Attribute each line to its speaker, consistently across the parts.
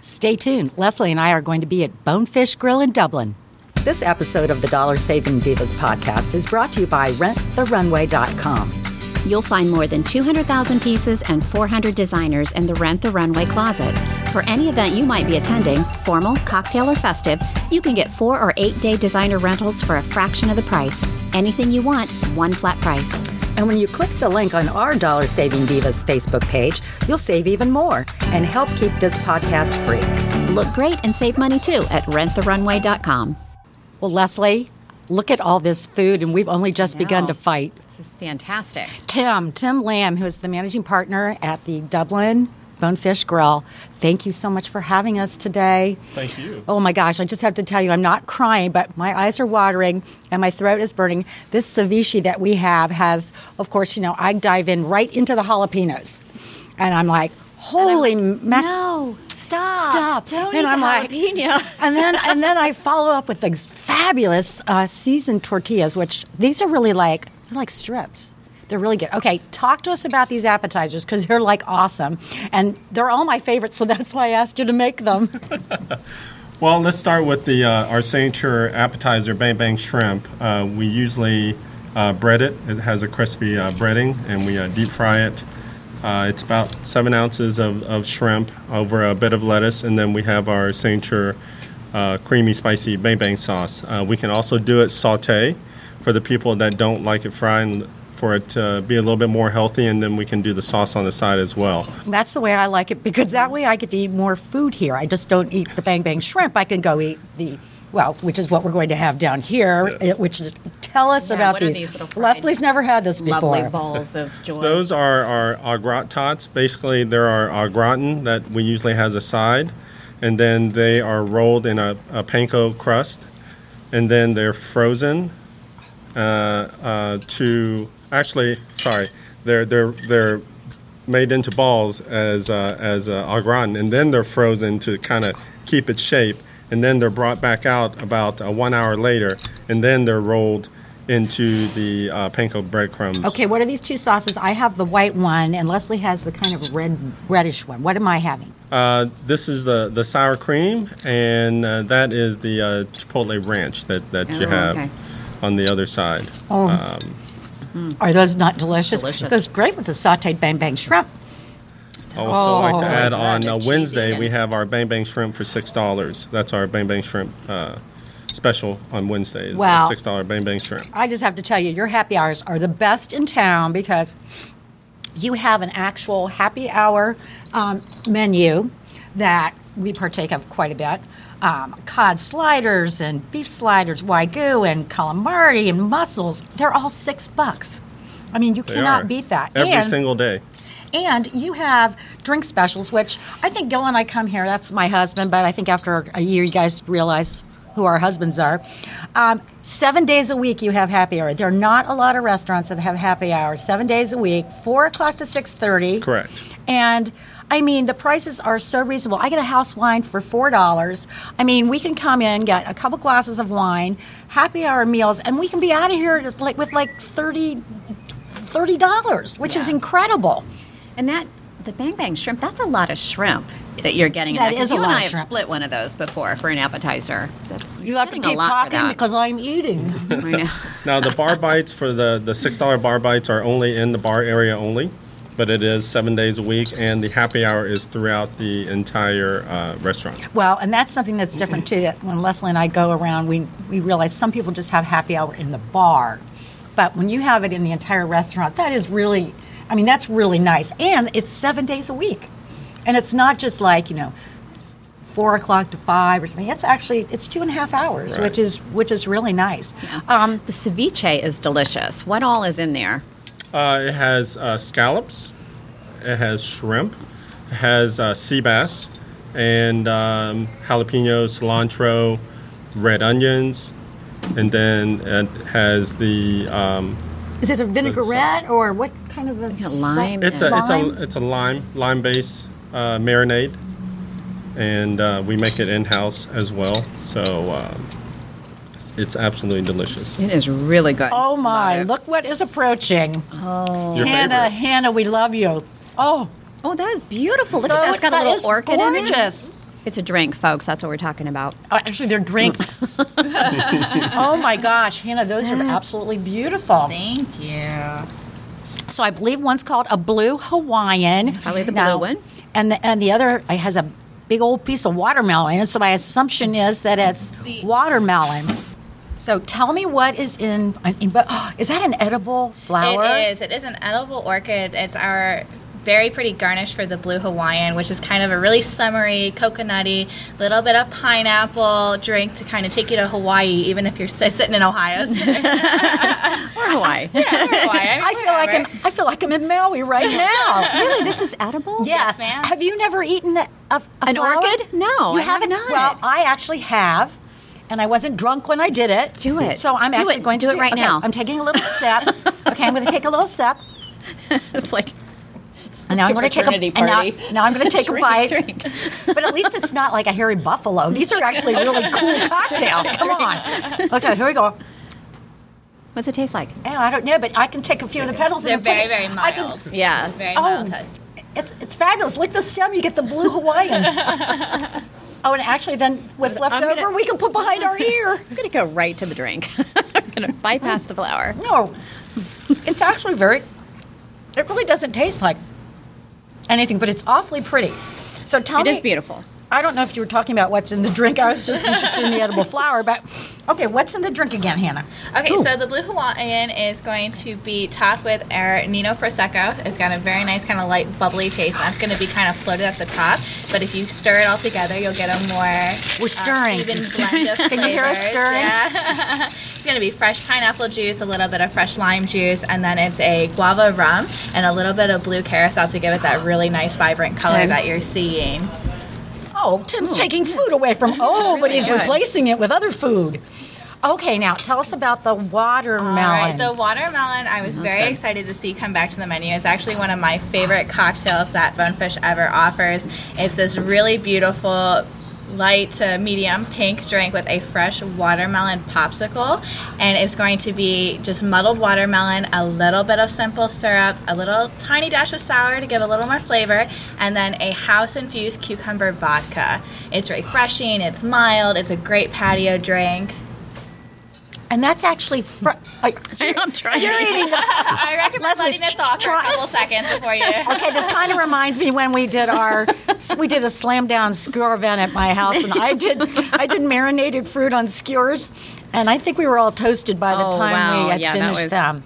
Speaker 1: Stay tuned. Leslie and I are going to be at Bonefish Grill in Dublin. This episode of the Dollar Saving Divas podcast is brought to you by renttherunway.com.
Speaker 2: You'll find more than 200,000 pieces and 400 designers in the Rent the Runway closet. For any event you might be attending, formal, cocktail, or festive, you can get four or eight day designer rentals for a fraction of the price. Anything you want, one flat price.
Speaker 1: And when you click the link on our Dollar Saving Divas Facebook page, you'll save even more and help keep this podcast free.
Speaker 2: Look great and save money too at renttherunway.com.
Speaker 1: Well, Leslie, look at all this food, and we've only just begun to fight.
Speaker 2: This is fantastic.
Speaker 1: Tim, Tim Lamb, who is the managing partner at the Dublin Bonefish Grill, thank you so much for having us today.
Speaker 3: Thank you.
Speaker 1: Oh my gosh, I just have to tell you, I'm not crying, but my eyes are watering and my throat is burning. This ceviche that we have has, of course, you know, I dive in right into the jalapenos, and I'm like, holy ma-
Speaker 4: No, stop.
Speaker 1: Stop.
Speaker 4: Don't
Speaker 1: and
Speaker 4: eat
Speaker 1: I'm
Speaker 4: the
Speaker 1: like,
Speaker 4: jalapeno.
Speaker 1: and then and then I follow up with these fabulous uh, seasoned tortillas, which these are really like they're like strips. They're really good. Okay, talk to us about these appetizers because they're like awesome, and they're all my favorites. So that's why I asked you to make them.
Speaker 3: Well, let's start with the uh, our signature appetizer, Bang Bang Shrimp. Uh, we usually uh, bread it. It has a crispy uh, breading, and we uh, deep fry it. Uh, it's about seven ounces of, of shrimp over a bit of lettuce, and then we have our signature uh, creamy, spicy Bang Bang sauce. Uh, we can also do it saute for the people that don't like it fried, and for it to be a little bit more healthy, and then we can do the sauce on the side as well.
Speaker 1: That's the way I like it because that way I get to eat more food here. I just don't eat the bang bang shrimp. I can go eat the well, which is what we're going to have down here. eh,
Speaker 3: Yes.
Speaker 1: Which is, tell us
Speaker 4: Yeah,
Speaker 1: about
Speaker 4: what are
Speaker 1: these.
Speaker 4: these little fried-
Speaker 1: Leslie's never had this before.
Speaker 4: Lovely balls of joy.
Speaker 3: Those are our, our grat tots. Basically, they're our, our gratin that we usually has a side, and then they are rolled in a, a panko crust, and then they're frozen uh, uh, to actually sorry, they're they're they're made into balls as uh, as uh, au gratin, and then they're frozen to kind of keep its shape, and then they're brought back out about uh, one hour later, and then they're rolled into the uh, panko breadcrumbs.
Speaker 1: Okay, what are these two sauces? I have the white one, and Leslie has the kind of red, reddish one. What am I having?
Speaker 3: Uh, this is the, the sour cream, and uh, that is the uh, chipotle ranch that, that you
Speaker 4: Oh,
Speaker 3: have
Speaker 4: okay.
Speaker 3: on the other side.
Speaker 1: Oh.
Speaker 3: Uh,
Speaker 1: Are those not delicious?
Speaker 4: Delicious.
Speaker 1: Those great with the sautéed bang bang shrimp.
Speaker 3: Also, like to
Speaker 1: Oh.
Speaker 4: Like that
Speaker 3: add on uh,
Speaker 4: and cheesy
Speaker 3: Wednesday, we
Speaker 4: and-
Speaker 3: have our bang bang shrimp for six dollars. That's our bang bang shrimp uh, special on Wednesdays.
Speaker 1: Wow.
Speaker 3: six dollar bang bang shrimp.
Speaker 1: I just have to tell you, your happy hours are the best in town because you have an actual happy hour um, menu that we partake of quite a bit. Um, cod sliders and beef sliders, wagyu and calamari and mussels. They're all six bucks. I mean, you
Speaker 3: They
Speaker 1: cannot
Speaker 3: are.
Speaker 1: beat that.
Speaker 3: every
Speaker 1: And-
Speaker 3: single day.
Speaker 1: And you have drink specials, which I think Gil and I come here. That's my husband, but I think after a year, you guys realize who our husbands are. Um, seven days a week, you have happy hour. There are not a lot of restaurants that have happy hour. Seven days a week, four o'clock to six thirty.
Speaker 3: Correct.
Speaker 1: And I mean, the prices are so reasonable. I get a house wine for four dollars. I mean, we can come in, get a couple glasses of wine, happy hour meals, and we can be out of here like with like thirty. Thirty dollars, which is
Speaker 4: Yeah.
Speaker 1: incredible.
Speaker 4: And that the bang bang shrimp, that's a lot of shrimp that you're getting. in
Speaker 1: That
Speaker 4: there, 'cause
Speaker 1: is a
Speaker 4: you
Speaker 1: lot
Speaker 4: and
Speaker 1: of
Speaker 4: I
Speaker 1: shrimp.
Speaker 4: have split one of those before for an appetizer. That's,
Speaker 1: You have to
Speaker 4: getting a
Speaker 1: keep
Speaker 4: lot for that.
Speaker 1: talking because I'm eating.
Speaker 4: I know.
Speaker 3: Now the bar bites for the the six dollar bar bites are only in the bar area only, but it is seven days a week, and the happy hour is throughout the entire uh, restaurant.
Speaker 1: well, and that's something that's different too. That when Leslie and I go around, we we realize some people just have happy hour in the bar, but when you have it in the entire restaurant, that is really, I mean, that's really nice. And it's seven days a week, and it's not just like you know, four o'clock to five or something. It's actually it's two and a half hours,
Speaker 3: Right.
Speaker 1: which is which is really nice. Um,
Speaker 4: the ceviche is delicious. What all is in there?
Speaker 3: Uh, it has uh, scallops, it has shrimp, it has uh, sea bass, and um, jalapeno, cilantro, red onions, and then it has the um,
Speaker 1: Is it a vinaigrette or what kind of a,
Speaker 4: a
Speaker 1: sa-
Speaker 4: lime
Speaker 3: it's a it's
Speaker 1: Lime?
Speaker 3: a it's a lime lime base uh, marinade, and uh, we make it in house as well. So um, it's, it's absolutely delicious.
Speaker 4: It is really good.
Speaker 1: Oh my!
Speaker 4: Love it.
Speaker 1: Look what is approaching.
Speaker 3: Your
Speaker 1: Hannah,
Speaker 3: favorite?
Speaker 1: Hannah, we love you. Oh,
Speaker 4: Oh, that is beautiful. Look
Speaker 1: No,
Speaker 4: at that. It's got
Speaker 1: that
Speaker 4: a
Speaker 1: is
Speaker 4: little orchid in
Speaker 1: gorgeous.
Speaker 4: it. It's a drink, folks. That's what we're talking about.
Speaker 1: uh, actually, they're drinks. oh my gosh, Hannah, those are absolutely beautiful.
Speaker 5: Thank you.
Speaker 1: So I believe one's called a blue Hawaiian.
Speaker 4: probably the
Speaker 1: Now,
Speaker 4: blue one.
Speaker 1: And the and the other it has a big old piece of watermelon. And so my assumption is that it's watermelon. So tell me what is in, in but is that an edible flower?
Speaker 5: It is. It is an edible orchid. It's our very pretty garnish for the blue Hawaiian, which is kind of a really summery, coconutty, little bit of pineapple drink to kind of take you to Hawaii, even if you're sit- sitting in Ohio.
Speaker 4: Or Hawaii.
Speaker 1: I feel like I'm I feel like I'm in Maui right now.
Speaker 4: really, this is edible?
Speaker 1: yeah.
Speaker 5: Yes, ma'am.
Speaker 1: Have you never eaten a, a, a
Speaker 4: An
Speaker 1: flower?
Speaker 4: orchid? No, I
Speaker 1: you
Speaker 4: have
Speaker 1: haven't.
Speaker 4: not.
Speaker 1: Well, I actually have. And I wasn't drunk when I did it.
Speaker 4: Do it.
Speaker 1: So I'm
Speaker 4: Do
Speaker 1: actually
Speaker 4: it.
Speaker 1: going to
Speaker 4: Do it right
Speaker 1: okay,
Speaker 4: now.
Speaker 1: I'm taking a little step. okay, I'm going to take a little step.
Speaker 4: It's like,
Speaker 1: And now I'm
Speaker 6: Your
Speaker 1: going to take a
Speaker 6: fraternity
Speaker 1: and now,
Speaker 6: party.
Speaker 1: now I'm going to take a
Speaker 6: Drink,
Speaker 1: bite.
Speaker 6: drink.
Speaker 1: But at least it's not like a hairy buffalo. These are actually really cool cocktails. Come on. Okay, here we go.
Speaker 4: what's it taste like?
Speaker 1: Oh, I don't know, but I can take a few of the petals.
Speaker 5: They're
Speaker 1: and then
Speaker 5: very, very
Speaker 1: put it- I can-
Speaker 5: mild.
Speaker 4: Yeah.
Speaker 5: Very
Speaker 1: Oh,
Speaker 5: mild. touch.
Speaker 1: it's it's fabulous. Lick the stem, you get the blue Hawaiian. oh, and actually, then what's left
Speaker 4: gonna-
Speaker 1: over we can put behind our ear.
Speaker 4: I'm going to go right to the drink. I'm going to bypass the flower.
Speaker 1: No, it's actually very. It really doesn't taste like anything, but it's awfully pretty. So tell
Speaker 4: It
Speaker 1: me,
Speaker 4: is beautiful.
Speaker 1: I don't know if you were talking about what's in the drink. I was just interested in the edible flower, but okay, what's in the drink again, Hannah?
Speaker 5: Okay, so the blue Hawaiian is going to be topped with our Nino Prosecco. It's got a very nice kind of light bubbly taste. That's going to be kind of floated at the top. But if you stir it all together, you'll get a more
Speaker 1: We're stirring.
Speaker 5: even blend of
Speaker 1: Can you hear
Speaker 5: flavors.
Speaker 1: us stirring?
Speaker 5: Yeah. it's going to be fresh pineapple juice, a little bit of fresh lime juice, and then it's a guava rum and a little bit of blue carousel to give it that really nice vibrant color
Speaker 4: Okay.
Speaker 5: that you're seeing.
Speaker 1: Oh,
Speaker 4: Hmm.
Speaker 1: Tim's taking food away from. Oh, but he's
Speaker 4: good.
Speaker 1: replacing it with other food. Okay, now tell us about the watermelon.
Speaker 5: All right, the watermelon I was very excited to see come back to the menu. It's actually one of my favorite cocktails that Bonefish ever offers. It's this really beautiful light to medium pink drink with a fresh watermelon popsicle and it's going to be just muddled watermelon a little bit of simple syrup a little tiny dash of sour to give a little more flavor and then a house infused cucumber vodka it's refreshing it's mild it's a great patio drink
Speaker 1: and that's actually. Fr- I-
Speaker 4: I'm trying.
Speaker 1: you're eating the
Speaker 5: I recommend
Speaker 1: Leslie's
Speaker 5: letting it thaw for
Speaker 1: try-
Speaker 5: a couple seconds before you.
Speaker 1: Okay, this kind of reminds me when we did our we did a slam down skewer event at my house, and I did I did marinated fruit on skewers, and I think we were all toasted by the
Speaker 4: Oh,
Speaker 1: time
Speaker 4: wow.
Speaker 1: we had
Speaker 4: Yeah, that
Speaker 1: finished
Speaker 4: was-
Speaker 1: them.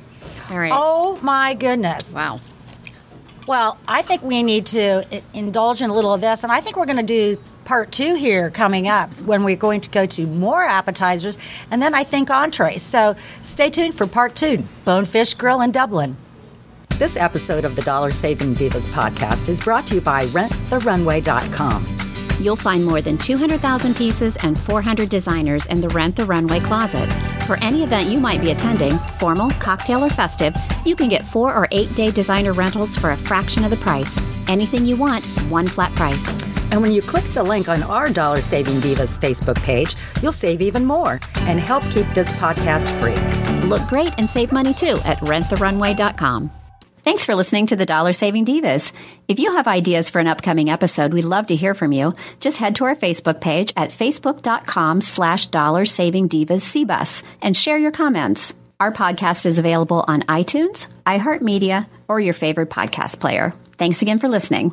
Speaker 4: All right.
Speaker 1: Oh my goodness!
Speaker 4: Wow.
Speaker 1: Well, I think we need to i- indulge in a little of this, and I think we're going to do part two here coming up when we're going to go to more appetizers and then I think entrees. So stay tuned for part two Bonefish Grill in Dublin.
Speaker 7: This episode of the Dollar Saving Divas podcast is brought to you by renttherunway.com.
Speaker 2: You'll find more than 200,000 pieces and 400 designers in the Rent the Runway closet. For any event you might be attending, formal, cocktail, or festive, you can get four or eight day designer rentals for a fraction of the price. Anything you want, one flat price.
Speaker 7: And when you click the link on our Dollar Saving Divas Facebook page, you'll save even more and help keep this podcast free.
Speaker 2: Look great and save money too at renttherunway.com. Thanks for listening to the Dollar Saving Divas. If you have ideas for an upcoming episode, we'd love to hear from you. Just head to our Facebook page at facebook.com slash dollar saving divas CBUS and share your comments. Our podcast is available on iTunes, iHeartMedia, or your favorite podcast player. Thanks again for listening.